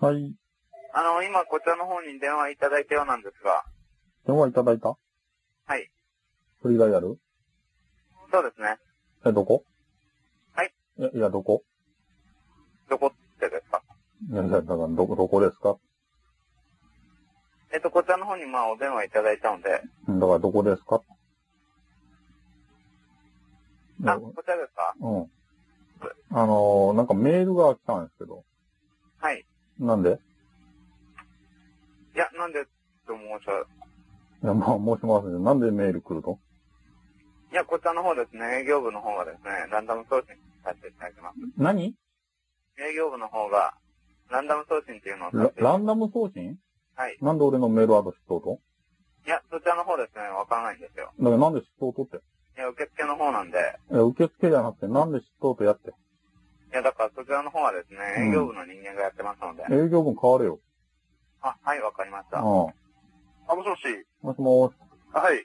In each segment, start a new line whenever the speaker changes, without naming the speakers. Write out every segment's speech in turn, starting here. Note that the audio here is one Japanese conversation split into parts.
はい。
あの、今こちらの方に電話いただいたようなんですが、
電話いただいた
はい。
フリーダイヤル
そうですね。
え、どこ
はい。
え、いや、どこ
どこってですか
いや、いや、だから、ど、どこですか
えっと、こちらの方にまあお電話いただいたので、
うんだから、どこですか
あ、こちらですか
うん。あのーなんかメールが来たんですけど。
はい。
なんで
いや、なんで、と申し上
いや、まあ、申しません。なんでメール来ると
いや、こちらの方ですね、営業部の方がですね、ランダム送信させていただきます。
何
営業部の方が、ランダム送信っていうのをさ
ラ
せて
ランダム送信
はい。
なんで俺のメールアドレス知っとう
いや、そちらの方ですね、わからないんですよ。
とだからなんで知っとうとって。
いや、受付の方なんで、
いや、受付じゃなくて、なんで知っとうとやって。
いや、だからそちらの方はです
う
ね、
ん
営業部の人間がやってますので、
営業分変われよ。
あ、はい、わかりまし
う
た。
ん。
あ、
も
もしもし、
しもし
あはい、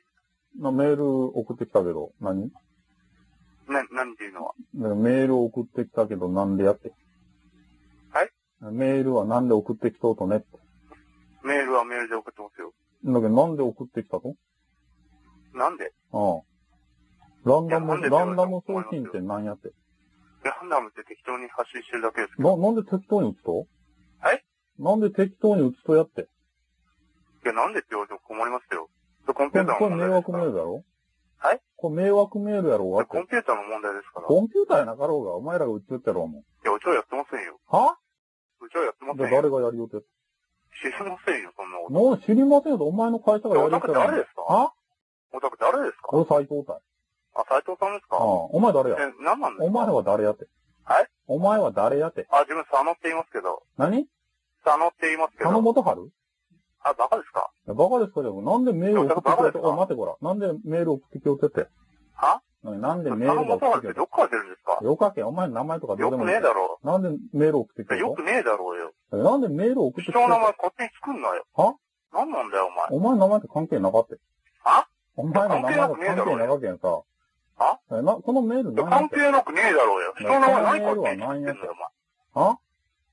な、メール送ってきたけど、何
な、何ていうのは。
でメール送ってきたけど、なんでやって。
はい
メールはなんで送ってきとうとねって。
メールはメールで送ってますよ。
だけど、なんで送ってきたと
なんで
うん。ランダ
いやなん
ム、
でって言
ラ
われ
ン
て
ダ
も
ム
困
送
り
信
ますよ
って何やって。
ランダムって適当に発信してるだけですけど。
な、なんで適当に打つと
はい
なんで適当に打つとやって。
いや、なんでって言われても困りますよ。それコン
こ
ピュ
れ
ーター
こ
の
れ
問
迷
題で
惑
すか
メ
ら
ー。ルだろ
はい
これ迷惑メールやろ
いや
わ
コ
け。
ンピューターの問題ですから。い
コンピューターやなかろうが、お前らが打ち寄ってやろうもん。
や、うちはやってませんよ。
は
うちはやってま
じゃあ
せん
誰
よ。
がやりようって。
知りませんよ、そんなこと。
もう知りませんよ、お前の会社がや
お
りようって
宅
やろうもん。
誰ですか
は
お宅誰ですか
俺斎藤隊。
あ、斎藤さんです
ああ、
か
お前誰や
え、何なんで
お
すか
前は誰やって。
はい
お前は誰やって。
あ、自分佐野って言いますけど。
何
佐野って言いますけ
佐野
ど。
元春い
あ、バカですか
やバカですかじゃあなんでメール送ってきようって。
いやバカですか
おい待ってこら。なんでメール送ってきようってって。
は
なんで
佐
メー
野
ルが
元
送っ
春っ
きよう
てて
って
どっから出るんですか。
よかけ、お前の名前とかど
よ
うで
く
もいい
ねえ。だろ
なんでメール送ってき
う。
て
よくねえだろうよ。
えなんでメール送ってき
人
て
の名前勝手に作んなよ。
は
何なんだよ、お前。
お前の名前と関係なかったよ
は
お前の名前と関係なかけんさ。
は
えな、このメール
いや
何やっ
関
て
係なくねえだろうよ。
い
人
や
の名前何勝手に作ってんだよ、お前。
は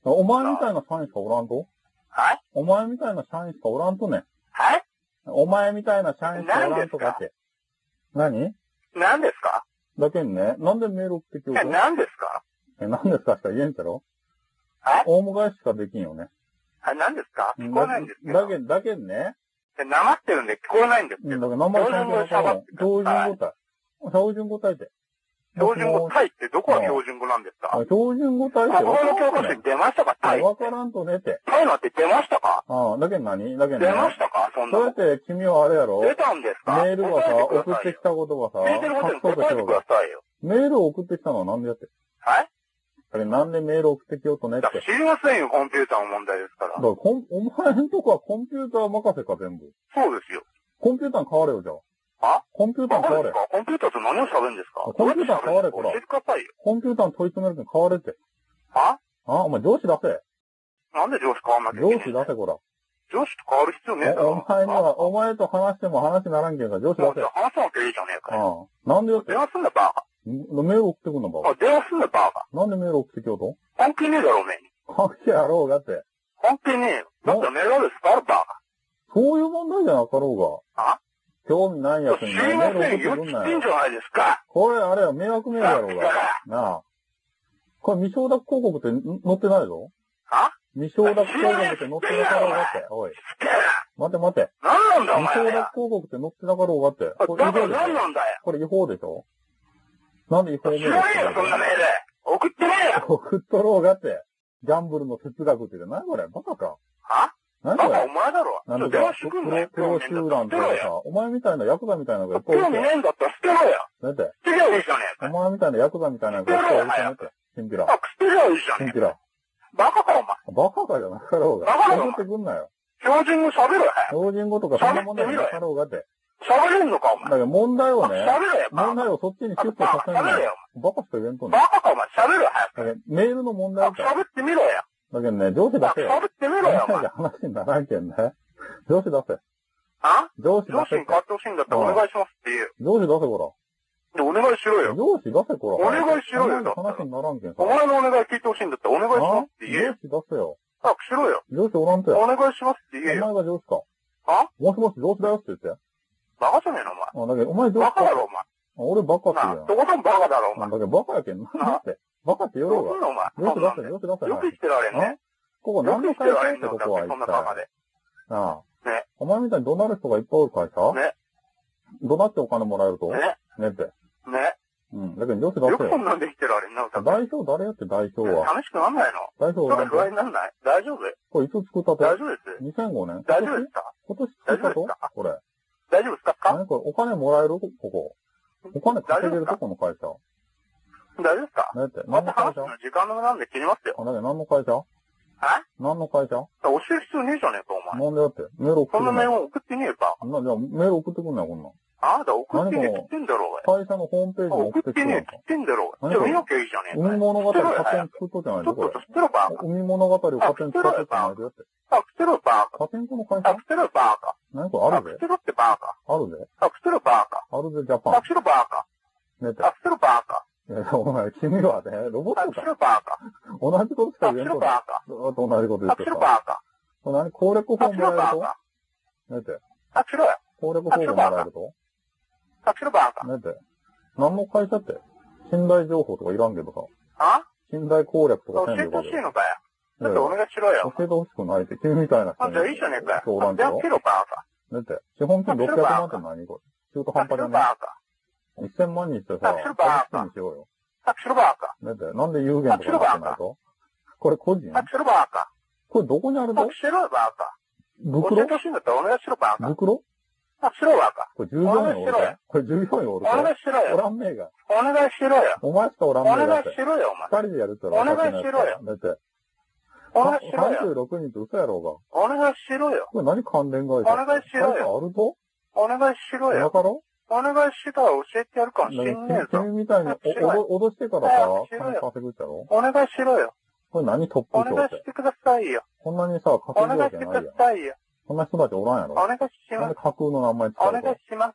お前みたいな社員しかおらんと
はい
お前みたいな社員しかおらんとね。
はい
お前みたいな社員しかおらんとかって。何
何ですか
だけんね、なんでメール送ってきよ
いうや、
と
何ですか
え、何ですかしか言えんだろ
はい
大迎えしかできんよね。
あ、何ですか聞こえないんですけ
だ
ど。
けん、だけんね。
いやなまってるんで聞こえないんです
うん、
け
だ
ど。
から名前関係なかも。標
標準
準
語で喋
語体。標準語体って。
標準語、
もしもし
タイってどこが標準語なんですか
あ標準語体って
国
わ
語
か
の
ら
教科
んと
書に
ね。
出ましたかタイ
わ
っ
か
て。
らんとねって。
タイなんて出ましたか
ああ、だけど何だけど
出ま
ね
し。たかそんな
そ
の
うやって君はあれやろ
出たんですか
メールがさ、送っ
答え
て
く
きたことがさ、
ださいよ。聞いてること
書き
に答え
よ
て
う
くださいよ。
メールを送ってきたのはなんでやって。
はい
あれなんでメール送ってきようとねっ
だ
て
から。知りませんよ、コンピューターの問題ですから
だか。らコン、お前んとこはコンピューター任せか全部。
そうですよ。
コンピューターに変われよじゃあ。
あ
コンピューターに変わ
バカで
れ
す。かコンピューターと何を喋るんですか
コンピューター変われ
どうやって喋るんですか教えてくださいよ。
コンピューターに問い詰めるに変われって。
は
ああ、お前上司出せ。
なんで上司変わんなきゃい
上
け
司出
ない
せこら。
上司と変わる必要ねえだ
お
ろ。
お前には、お前と話しても話にならんけんから、上司
もう
出
じ
せ
ゃ。あ話さなきゃいいじゃねえかよ。
うん。なんでやって
電話すんだバ
メール送ってくんのば
カ。あ電話すんだバカ。
なんでメール送ってきようと
関係ねえだろ、おめえに。
関係やろうがって。
関係ねえよ。だったらメールアドレス変わるバカ。
そういう問題じゃなかろうが。
あ
興味ないやつ
知
にメ
り
ー
ま
ル送
せ
っ
ん
て
よ。
く
知
ん
っ
な
てん
よ
じ。ゃないですか。
これ、あれや、迷惑メールやろうが。なあ。これ未承諾広告ってん載ってないぞ。
あ
未承諾広告って載ってなかろうがって。おい。
知ってる。
待て待て。
何なんだお
未承諾
前は
広告って載ってなかろうがって。これ違
だから
法でし
何
ょ
なんだよ。
これ違法でしょなんで違法メー
知
ル
らねえよ、そんなメール。送ってねえよ。
送っとろうがって。ギャンブルの哲学って言って何これバカか。
あ
何
バ
こ
カ
れ
お前だろ。ち
な
ょ
ん
っ
と
と
か
電話してくんなよ。
プロプロ集団とかさ、お前みたいなヤクザみたいなのがいっぱいお
興
っ
味
て
ね。えんだったら捨てろよ。
だって、
捨てりゃいいじゃねえ
お
かよ。
前みたいなヤクザみたいなのがいっぱいおってねって。チンピラ。
あ、捨てりゃいいじゃ
チン
ねえ
ピ
かよ。
ラ。
バカかお前。
バカかじゃなかろう
バカだ
が。
よ
送ってくんなよ。
標準語喋れよ。
標準語とかそんな問題じゃなかろうがって。
喋れんのかお
だ
前。
けど問題をね、
喋れよ、バ
問
カ。
題をそっちにシュッとさせないよ。バカしか言えんとね。
バカかお前、喋れ
だ
よ。
けどメールの問題だから。
喋ってみろよ。
だけどね、上司出せよ。
喋ってみろよ、お前。
話にならんけんね。上司出せ。
あ
上司出
上司
せっ
に
て
変わってほしいんだったらお願いしますって言う。
上司出せこ
で、お願いしろ
ら。
よ。
上司出せこら。
お願いしろよ
お前の話にならんけんさ。
お前のお願い聞いてほしいんだったらお願いしますって言
上
えよ。
司出せよ。
あ、しろよ。
上司おらんとや。
お願いしますって
お
言え
前
よ。
が上司か。
あ
もしもし上司だよって言って。
バカじゃねえの、お前。
あ、だけど、お前上
バ
司
カだ
か。
ろ、お
俺バカって言う
前。な
や
あ、とことんバカだろ、お
ん。な
前
ん。だけどバカやけん。なんって。バカって言お
ど
う
うすん
が。
の、お前。
上司
そん
出し
なん
て、
で
上司出して。
よく知ってられん
あ
ね。
ここ
よ
何
く
の
知って
会社やね
られ
んて、
んの、
こ
だ
こは一
ってそんなバカ
体。
で。
なあ。
ね。
お前みたいに怒鳴る人がいっぱいおる会社
ね。
怒鳴ってお金もらえるとね
ね。
って。
ね。
うん。だけど上司出
よ
せ
くそ
よ。
んなんできてられんな、歌っ
代
て。
表誰やって代表は。
楽しくなんないの
代表
な
なん
んか不
か
安になんない大丈夫
これいつ作ったと
大丈夫です。
?2005 年
大丈夫ですか
今年作ったとこれ。
大丈夫ですか
何これお金もらえるここ。お金稼げるとこの会社。
大丈夫ですか
何やって
ま
何の
た
会
話す
社
の時間の無駄なんで切りますよ。
あ、だけど何の会社
え
何の会社
教える必要ねえじゃねえか、お
な
前。
んでだって。メール送って
そん
く
なん
な
メー
よ。
ル送ってねえか。
な、じゃあメール送ってくんなよ、こんなん。
あなた送ってねえって言ってんだろ、
会社のホームページ
お
に
い。
送ってき
送って
く
て
れ
ねえっ
んか
て言。ってんだろ。
何
じ
こ
ゃあ
れ
見なきゃいいじゃねえ
海
か。
物語勝手に作っとってない
ち
の
ょっ
これ
と。としてろバーカ。
海物語を勝手に使っとってないでよって。
あ、くてろバー
パチンコの会
カ。あ、
社
くてろバーカ。
何これあ
あ、
るぜ
くてろってバーカ。
あるぜ
あ、くてろバーカ。
あるぜジャパ
あ、くてろバーカ。
ン。ねって。
あ、くてろバーカ。
いやお前、君はね、ロボ
あ、
ット
くて
か。
ろバーカ。
同じことしか
あ、く
言
て
えんと
ろ
だ。
バーカ。
ずーっと同じこと言
あ、
っ
く
て
て
る
ろ
か
バーカ。
ら。何攻略法
あ、
も
くてろ
らえ
バ
る
ー
と
カ。
ねって。
あ、くてろよ。
攻略法もらえると
あ、くてろバーカ。
ねって。何の会社って信頼情報とかいらんけどさ。
あ
信頼攻略とか
教
せん
え
で
て
よ
ほしい
いやい
のかよ。ちょっ
や
とお願いしろよ。
教えてほしくないって、君みたいな人
あ、じゃあいいじゃねえか
そう
よ。
な
あ
ん
じ
だ
ゃあ
よ
く。てろバーカ。
だって、資本金
あシル
600万っ
バー
て何これ。中途半
あ、
端
くて
じゃ
ろ
ね
バーカ。
え。1000万にしてさ
あ、シルバー
100にしようよ。
あ、くてろバーカ。
だって、なんで有限とかになってないとこれ個人
あ、くてろバーカ。
これどこにある
あ、
の
くてろバーカ。
ブク
教え
ロ
てほしいんだったらお願いしろバーカ。
ブクロ
あ、くてろバーカ。
これ従業員おる
お願いしろ
か
よ
これ従業員お
お
るか
願いしろ
お
よ。
らんねえが。
お願いしろよ。
お前しかおらん
お
ねえが
願
っ
い
て。
しろよ、お前。
二人でやるってら
お願いしろよ
だって、
お願いしろよ。
36人って嘘やろうが。
お願いしろよ。
これ何関連会社
お願いしろよ
会社あるぞ
お願いしろ
だ
よ。
から
お願いしたら教えてやるかもしんねえ
君
ぞ。
君みたいに
知らない
おおど脅してからさ
早く、しろ
金
よ
稼ぐっちゃろ
お願いしろよ。
これ何トップ
お
賞
願
っ
い
て
し。てくださいよ。
こんなにさ、
お
稼ぐ
願
わ
い
け
してく
ない
だ
やん。
さいよ。
こんな人たちおらんやろ
お願いし
なん
ま。
です架空の名前使
お
う
願い
の
しま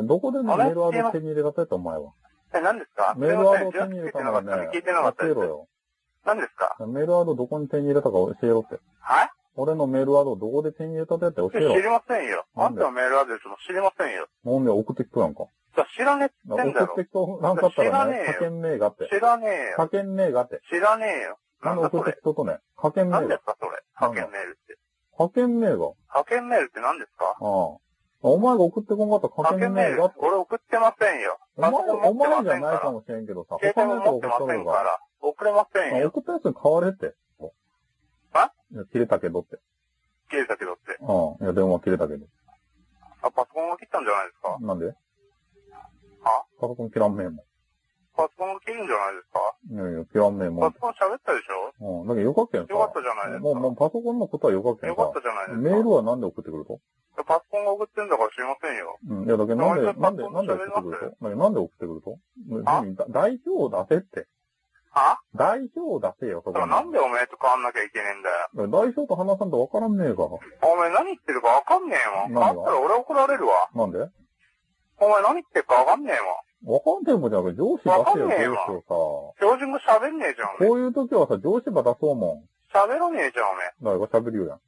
す。
どこでねメールアドを手に入れたってお前は。
え、何ですか
メールアドを
す
手
いま
に入
せん聞
れ
い
たの
てな
は
か
ね
った。聞いてなかっ
教
た
え
です
ろ。よ。
何ですか
メールアドどこに手に入れたか教えろって。
はい
俺のメールアドどこで手に入れたってやって教え
知
ろ。
りませんよ。あ
なん
ん
で
たのメールアドレスも知りませんよ。
もんで送ってきとやんか。
じゃあ知らねえって言ってんだ
送
ろ
っ。てきとなんかあったらね、
知らねえよ
かけんねえがって。
知らねえよ。
かけんねえがって。
知らねえよ。な
なん
ん
で
だ
送
そ
って
れ。
きととね。かけんね
何
え
で
が
す。かそれ。
なんだ
派遣メールって。
かけんねえが。
派遣メールって何ですか
ああ。お前が送ってこんかったらか
派
けん
遣
ねえ
メー
が
ル
って。
俺送ってませんよ。
お前、お前じゃないか
ら。
もしれんけどさ、
携
他
帯
のや
も
つが
持
送っと
ってませ
る
ん
か。
からら。送れません
あ
よ。
送ったやつに変われって。
あ
いや切れたけどって。
切れたけどって。
うん。いや、電話切れたけど。
あ、パソコンが切ったんじゃないですか
なんでパソコン切らんねえも
パソコンが切るんじゃないですか
ん。いやいや、切らんねえも
パ
ん
ソ。コン喋ったでしょ
うん。だけどよかったやんさ。
よかったじゃないです
もう、もうパソコンのことはよかった
か。
や
よ
ん
かっ
さ。
たじゃないですか。
メールはなんで送ってくると
パソコンが送ってんだから知りませんよ。
うん。いや、だけどなん
い
で、
や
なんで、
俺
なんで
パソコン
送ってくるとだけどなんで送ってくるとう
あ
んだ代表を出せって。
は
代表を出せよ、そ
だか
こに。
らなんでおめえと変わんなきゃいけねえんだよ。
代表と話さんと分からんねえが。
お前何言ってるかわかんねえもん。変
何
わ
が
ったら俺怒られるわ。
なんで
お前何言ってるかわかんねえもん。
分かんねえもんじゃなくて、上司
わか
出
んね
せ
え
よ、
わ
上司を
標準語喋んねえじゃん
さ。
おめえ。
こういう時はさ、上司ば出そうも
喋らねえじゃんおめ
ん。
え。
だから喋りようやん。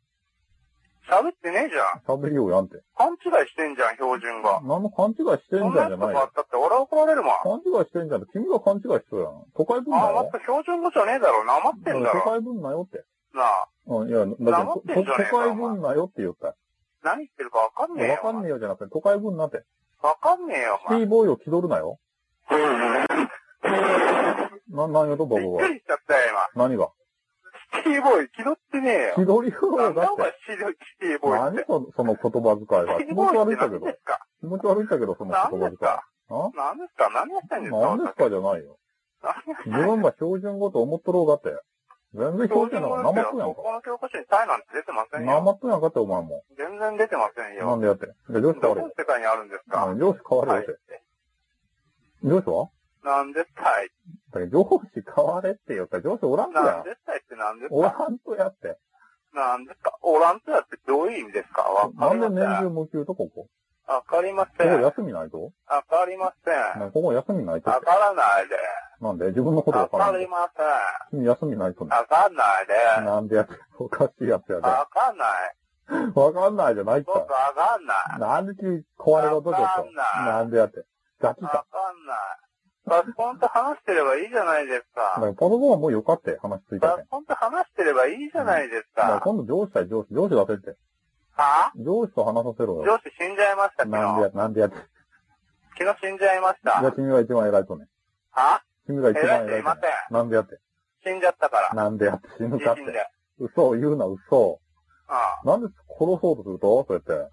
喋ってねえじゃん。
喋りようやんって。
勘違いしてんじゃん、標準語。
何も勘違いしてんじ
そんな
ゃんじゃ
やつと
な
変
い
わ
よ。
ったって俺怒られるも
勘
ん。
違いしてんじゃんって、君が勘違いしとるやん。都会文だ
あ、ま
よ。
た標準語じゃねえだろ。なまっ
だ
て
か
ん
ら
だ
都
ろ。
会文なよって。
なあ。
うん、いや、だけど
黙っ
と
てんじゃねえか
都会文なよって言ったよ。
何言ってるかわかんねえ
分
よ。
かんねえよじゃなくて、都会文なって。
わかんねえよ、
シ
お
テ
前。
ィボーイを気取るなよ。な、なんよと、僕
びっ
は
く。りしちゃったよ、今。
何が
シティボーイ気取ってねえよ。
気取り
な
よ
ん
うだ
だお
っ
前
て。、
シティボーイっ
何
て。
そのその言葉遣いは。
シテ
気
ィボ
持ち
ーイ
悪
っ
い
て
んだけ
何で
ど。
すか
気持ち悪いんだけど、その
何
言葉
です
遣い
か。何ですか何やってんですか
何ですかじゃないよ。
私
自分が標準語と思っとろうがって。全然標準語なまっとんやん
こ
か。
この教科書にタイなんて出てません
な
よ。
まっとんやんかって、お前も。
全然出てません
な
よ。
んでやって。じゃあ上司変
ど
わ
こ
れ
の
よ。
世界にあるんです
う
か
ん上司変われよ
は
っ
い
て。。上司は
何ですかい
だけど上司変われって言ったら上司おらんと
何
や
で。すかいって何です
おら
か
んとやって。
何ですかオランとやってどういう意味ですかわ
な
か
ん
り
で
ま
年
せん。
中無休とここ。
わかりま
ここ
せん。わ
休みないと
かりません。
なここ休みないと
わ
って。
からないで。
なんで自分のことわ
わ
から
か
ん
り
の。
ません。
君休みないとね。
わかんないで。
なんでやっておかしいやつやで。
わかんない。
わかんないじゃないっ
僕わ
て。
かんな
な
い。
んで君壊れたとちょっ
わかん
と。
ない
なんでやって。ガキ
わ
か。
かんない。パソコンと話してればいいじゃないです
だ
か。
からパソコンはもうよかったよ。話ついてて。
パソコンと話してればいいじゃないです
だから
か。
今度上司対上司、上司出せって。
は
上司と話させろよ。
上司死んじゃいました、昨
なんで
日
や。、なんでやって。
昨日死んじゃいまし
じゃあ
た。
君が一番偉いとね。
は
君が一
偉
番
い人
偉い
い
と
ま
ね。
せん。
なんでやって。
死んじゃったから。
なんでやって死ぬ
自
かっ
身で。う
て。
ん。
嘘を言うな、嘘を。
は
なんで殺そうとするとそうやって。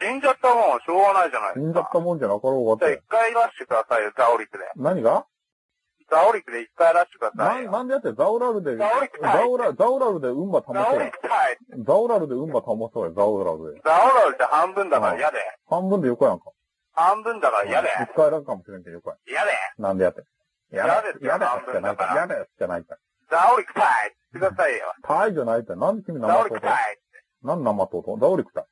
死んじゃったもん、しょうがないじゃない
死
で
ん
す
じゃっ
か。
たもんじゃなかろう
じ
が
ゃあ
っ
一
て。
回ラッシュくださいよ、ザオリクで。
何が
ザオリクで一回ラッシュくだ
な
さいよ。
なんでやって、ザオラルで、
ザオリクタイ
ザオラ、ザオラルで運馬保
ザ
そ
オ
う
リ
や。
ク対、
ザオラルで運馬保そうや、ザオラルで。
ザオラルって半分だから嫌で。
半分で横やんか。
半分だから嫌で。
一回楽かもしれんけど横や。
嫌で。
なんでやって。や
嫌ですよ
やですじゃない
半分だから
やですじゃないか。
ザオリク対ってくださいよ。
タイじゃないって。なんで君
ザオ
生
リ
とう
ク
と
対。
なんで生とうとザオリクタ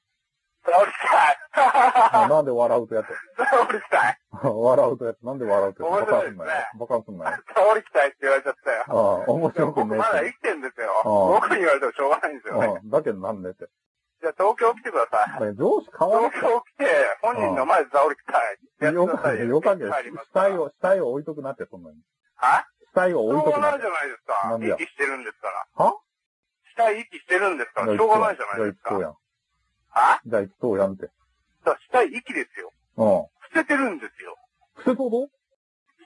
ザオリ
イ。
ク対。
なんで笑うとやって。
ザオリク対。
笑うとやって。なんで笑うとやって。バカすんなよ
面白いで。
バカすんなよ。
ザオリク対って言われちゃったよ。
ああ、面白く
僕
ね
まだ生きてんですよ。
うん
僕に言われてもしょうがないんですよ
え
ね
っ。て。うん。だけどなんでって。
じゃあ東京来てください。
だけど上司変わらん
東京来て、本人の前でザオリク対ってやって
よ
くだ
か
さ
げ
い
ん、
よ。
よかげん、
帰りま
死
すから
体を、死体を置いとくなって、そんなに。
は
死体を
し
置い
ょ
と
う
く
が
な
な
っ
い
て
じ。ゃないです
な
か
ん。でや
息してるんですから。
は
下息してるんですから、しょうがないじゃないですか。
じゃあ一等や
は
ん。じゃあ一等やんって。
だから下息ですよ。
うん。
捨ててるんですよ。
不正当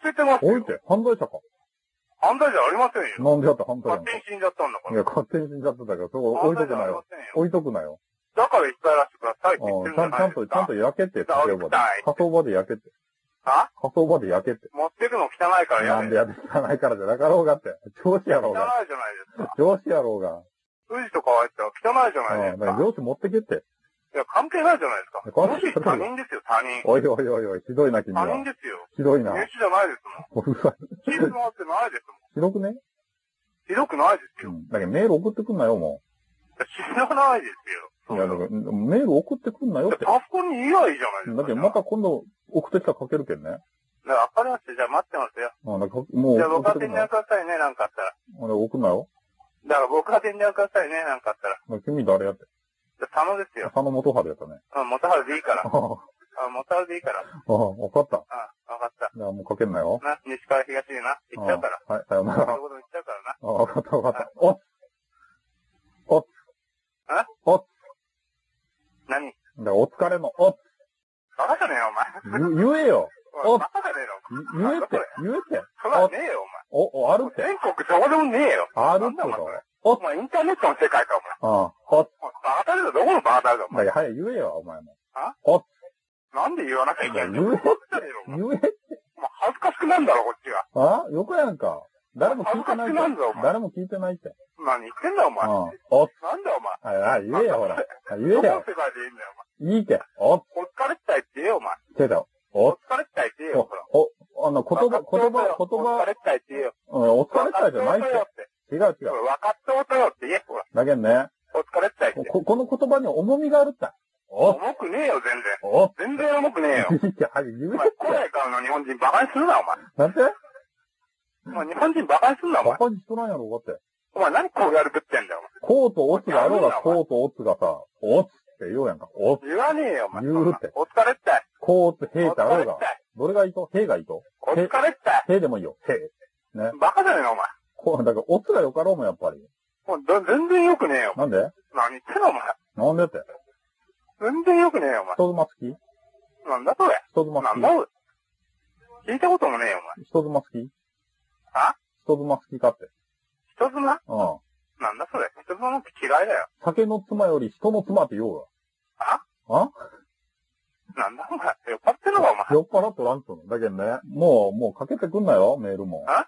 捨ててます
だ置い
よ。
て。犯罪者か。
犯罪じゃありませんよ。
なんでやったら犯罪や
勝
ん
手
か。
に死んじゃったんだか
い
ら。
や、勝手に死んじゃってたけど、そこ置
犯
いと
罪
く
じゃ
な
ありま
よ。
せんよ。
置いとくなよ。
だからいっぱいらしてくださいって言っ
う
てる
ん。
ん
ち
じ
ゃ
ゃ
ん、ちゃん
ないです
と、ちゃん
か
と。焼けて、
だから
火葬場で
だ。
火葬場で焼けて。
あ
火葬場で焼けて。
持ってくの汚いから
な
や
ん
め。
でやってないからじゃなかろうがって。上司やろ
汚
うが。
いじゃないですか。
上司やろうが。
富士とか入ったら汚いじゃない
うん。だ
です
から
か。
上司持ってけって。
いや、関係ないじゃないですか。
関
富
係
士
な
他
い
人ですよ、他人。
おいおいおいおい、ひどいな、君
他人
は。
ですよ。
ひどいな。
入試じゃないですもん。
もううわ、
チーズ回ってないですもん。
ひどくね
ひどくないです
う
よ。
ん。だけどメール送ってくんなよ、も
知らないです
う。
よ。
いや、だから、メール送ってくんなよって。
パソコンに言えばいいじゃないですか。
だけど、また今度、送ってきたらかけるけんね。
だから分かりました。じゃあ待ってますよ。
うん、だからかもう
じゃあ
送
僕
ってくん
宛てに
なよ。
電話くださいね、なんかあったら。
俺送んなよ。
だから僕宛てに電話くださいね、なんかあった
だ
ら。
から君誰やって。
じゃあ佐野ですよ。
佐野元春やったね。
うん、元春でいいから。
あ
う
あ、
ん、元春でいいから。うん、
ああわかった。
分かった。
じゃあもうかけんなよ。
な、西から東にな。行っちゃうから。
ああはい、さような
そうい
ら。
うこと言っちゃうから
あ
な。
あわかったわかった。おっおっ
あ
おっ
何
だからお疲れの、おっ
バカじゃねえよ、お
ゆ
前。
言えよ
お
お
いバカじゃねえよ。
ゆ言えって言えって
そんなのねえよ、
お、お、あ
お
る
前
っ。て
全国どこでもねえよ。
あるって
なんだ
こ
お前
とお
お前インターネットの世界か、
ああ、おっ
お前。バカタレだ、どこのバカタレだ、
だ
お
か
前。
ら早い言えよ、お前も。
なんで言わなきゃいけないんだよ。
言え
バカじゃねえよお
言
前
え
お前恥ずかしくなんだろ、こっち
あ
が。
よくやんか。誰も聞いてないって
恥ずかしくなるぞお。前
誰も聞いてないって。
何言ってんだよ、
う
お
ん
前。。
おっ
なんだよ、お前。
ああ、言えよ、ほら。あ言えよ。
どこの世界でいい
いい
んだよ、
け。おっ
お前。お疲れったいって言えよ、お前。
けだよ。
お
おっ
疲れったいって言えよ、ほら。
お、お、あの、言葉、言葉、言
お疲
葉、
れったいって言えよ。
うん、お疲れたじゃないって。違う違
分
う。
かっておとよって言え、ほら。
だけどね、
お疲れったいって。
こ、この言葉に重みがあるって。おっ
重くねえよ、全然。
おっ
全然重くねえよ。
いいけ、早く言
お前、古
えって。
来からの日本人バカにするな、お前。
なんて
お前、日本人バカにすんな、お
バ
前。
カにしとらんやろ、だって。
お前、何こうやる食ってんだよ、
こうとオツがあろうが、
お前
こうとオツがさ、おっって言おうやんか。おっ
お前。言わねえよ、お前。
言
そん
う
な
って
お疲れったい。
こうと
お
へってあ
疲
ろ
れ
う
っ
が。
たい。
どれがいいとへがいいと
お疲れったい。
へでもいいよ。へ。
バカじゃねえの、お前。
こう、だから、オツがよかろうもん、やっぱり。
もうど、全然良くねえよ。
なんで
何言ってんの、お前。
なんでって。
全然良くねえよ、お
人妻好き
前。なんだそれ。
人妻
な
好
ん
き
だ俺。聞いたこともねえよ、
人妻好き
あ
人妻好きかって。
お前。人妻
うん。
なんだそれ。人妻なんて嫌いだよ。
酒の妻より人の妻って言おう
あ
が。あ
なんだお前。酔っ払ってんのか、お前。
酔っ払っとらんとの。だけどね、もう、もうかけてくんなよ、メールも。
あ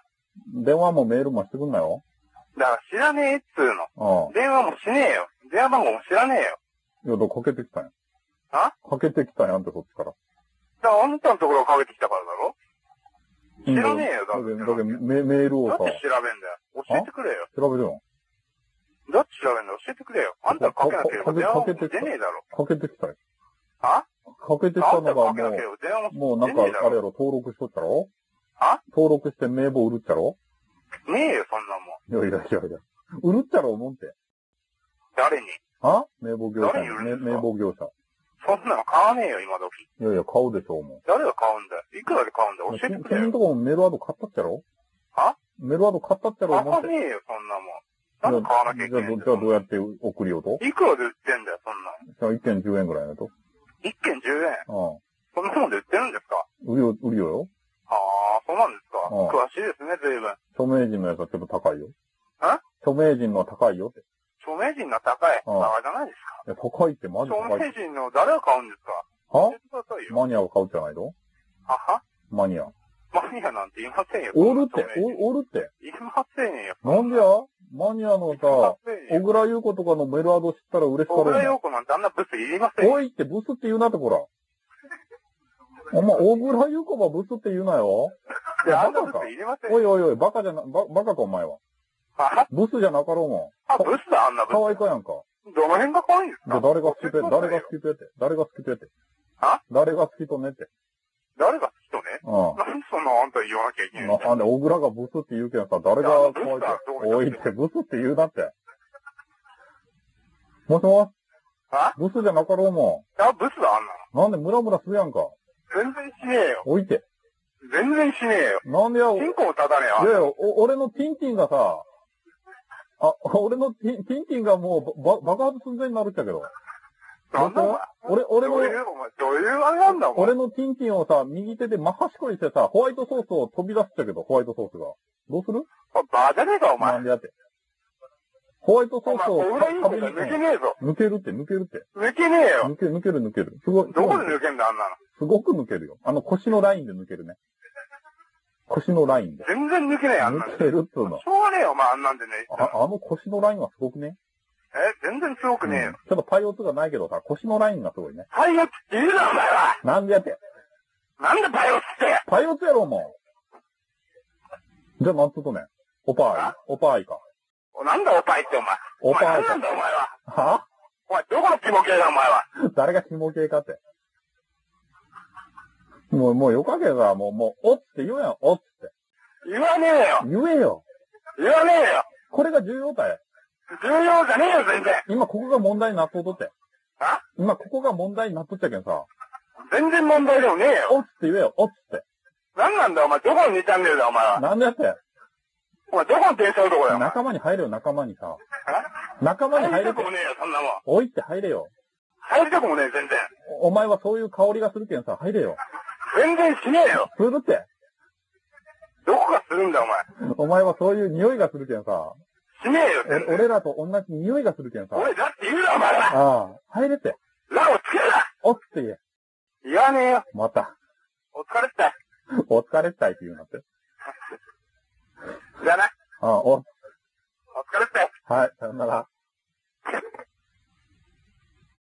電話もメールもしてくんなよ。
だから知らねえっつうの。
う
電話もしねえよ。電話番号も知らねえよ。
ん。いや、だからかけてきたんや。
あ
かけてきたんやんって、そっちから。
だからあんたのところをかけてきたからだろ知らねえよ、だ
だ
っ
け
て。
ど、だけどメメールを
だ
さ
っ、て調べんだよ。教えてくれよ。
調べてよ。
だって調べんだよ。教えてくれよ。あんたがかけなければ電話も出ねえだろ。
かけてきたんや。
あ
かけてき
あ
た
んた
のが
が
も
かけなければ電話も
う、もうなんか、あれやろ、登録しとったろ
あ
登録して名簿売るっちゃろ
ねえよ、そんなもん。
いやいやいやいや。売るっちゃろ思うんて。
誰に。
あ名簿業者
誰に売る
に。
んですか
名名簿業者。
そんなの買わねえよ、今時。
いやいや、買うでしょう、も
誰が買うんだよ。いくらで買うんだよ
う。
教えて
君
くれ
君
よ
の。とこもメルアド買ったっちゃろ
あ
メルアド買ったっちゃろ
買
思
わ
うんて。
ねえよ、そんなもん。なんで買わなきゃいけないん
じ
だ
ゃあ、じゃあどう
よ。
やって送りようと
いくらで売ってんだよ、そんなの。
じゃあ、1件10円ぐらいやと。
一件10円。
う
そんなもんで売ってるんですか
ん。売りよ、売りよよ。
ああ、そうなんですか。
うん
詳しいですね、随分。
著名人のやつはちょっと高いよ。
あ
著名人のは高いよって。
著名人が高い。
う
あ
ん
れじゃないですか。
いや高いってマジ
著
高い
名。人の誰が買うんですか
は
教えてくださいよ。
マニアが買うじゃないの
はは
マニア。
マニアなんていませんよ。
おるって
そんな、著名人
おおるって。
いませんよ。
なんでやマニアの
いま
さ、
せん
小
よ。
倉優子とかのメルアド知ったら嬉しか
小
ろ
倉
うな。
陽子なんてあんなブスいりませんよ。
おいってブスって言うなってこら。お前、小倉優子ばブスって言うなよ。いや
あんな
バカ
ブ
か
スいりません
お
よ。
いおいおい、バカじゃな、ババカかお前は。
あ、
ブスじゃなかろうも。
あブスだ、あんなんブス。
可愛いかやんか。
どの辺が可愛いんです
じゃ
か
あ誰が好きと、
教えてくださ
誰
いよ
が好きとって、誰が好きとって。
あ
誰が好きとねって。
誰が好きとね
う
なんでそんなあんた言わなきゃいけな
ん。
いんだよ
なんで、小倉がブスって言うけどさ、誰が
いやあの
可愛い
ブスはどう
おいっ
よ
て、ブスって言うなって。もしも
あ
し、ブスじゃなかろうも
あ、ブスだ、あんなの。
ん。なんでムラムラするやんか。
全然しねえよ。
おいって。
全然しねえよ。
なんでや、
チンコを立たね
い
え
やいや、
よ。
お俺のティンティンがさ、あ、俺のティンティンティンがもうばば爆発寸前になるっちゃけど。
なんだお前。
俺、俺
どうい
の、
う、お前、どういうあれなんだ、お前。
俺のティンティンをさ、右手で真端っこにしてさ、ホワイトソースを飛び出すっちゃけど、ホワイトソースが。どうする
バカねえか、お前
な。んでやって。ホワイトソー
お前、
スを
小倉優子
に
じゃ抜けねえぞ。
抜けるって、抜けるって。
抜けねえよ。
抜ける、抜ける、抜ける。すごい、
どこで抜けんだ、あんなの。
すごく抜けるよ。あの腰のラインで抜けるね。腰のラインで。
全然抜けねえよ、あんなの。
抜けるっつうの
し。ょうがねえよ、お前、あんなんでね。
あ、あの腰のラインはすごくね。
え、全然すごくねえ
うん
よ。
ちょっとパイオツがないけどさ、腰のラインがすごいね。
パイオツって言うな、お前は。
なんでやって。
なんでパイオツって。
パイオツやろ、もう。じゃあ、なんつうとね。おパ
あ
ーイ。おパーイか。
なんだ、おパイって、お前。
お
お
パ
前、
ー
な
イ
んなん
か。
だ、お前は。
は
お前、どこのキモ系だ、お前は。
誰が紐系かって。もう、もうよかけさ、もう、もう、おっつって言うやん、おっつって。
言わねえよ。
言えよ。
言わねえよ。
これが重要だよ。
重要じゃねえよ、全然。
今ここが問題になっとうとって。
あ
今ここが問題になっとっちゃけんさ。
全然問題でもねえよ。
おっつって言えよ、おっつって。
なんなんだよ、お前。どこの2チャンネルだよ、お前は。
なんでやって。
お前、どこの電車男だよ、お前。
仲間に入れよ、仲間にさ。仲間に
入
入
りた
れ
く
て。
もねえよ、そんなもん。
おいって入れよ。
入りたくもねえ、全然。
おお前はそういう香りがするけんさ、入れよ。
全然しねえよ。
するって。
どこがするんだ、お前。
お前はそういう匂いがするけんさ。
しねえよ、
お
全然。
俺らと同じ匂いがするけんさ。
俺だって言うな、お前
あ
は。
あ、入れて。
ラをつけるな。
おっつって言え。
言わねえよ。
また、
お疲れっした。
お疲れしたいって言うなって。
じゃあな。
ああ、お、
お疲れっした。
はい、さよなら。